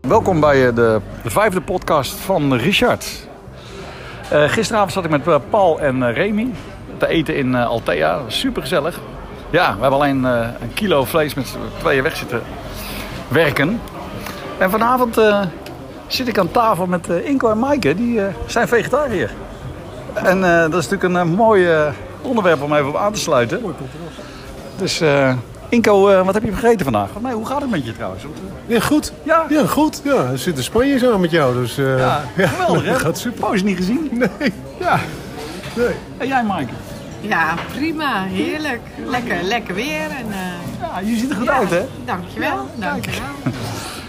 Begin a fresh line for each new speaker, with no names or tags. Welkom bij eh, de vijfde podcast van Richard. Eh, gisteravond zat ik met eh, Paul en eh, Remy te eten in eh, Altea. Super gezellig. Ja, we hebben alleen eh, een kilo vlees met z'n tweeën weg zitten werken. En vanavond eh, zit ik aan tafel met eh, Inko en Maaike. Die eh, zijn vegetariër. En eh, dat is natuurlijk een eh, mooi eh, onderwerp om even op aan te sluiten. Dus eh, Inko, eh, wat heb je gegeten vandaag? Van mij, hoe gaat het met je trouwens? Want, eh,
Ja, goed.
Ja.
Ja, goed. Ja, er zit in Spanje zo met jou, dus... eh,
Ja, geweldig hè?
Dat gaat super.
Pauze niet gezien.
Nee.
Ja.
Nee.
En jij Mike?
Ja, prima. Heerlijk. Lekker, lekker weer. En, eh,
Ja, je ziet er goed
ja,
uit hè?
Dankjewel. dankjewel.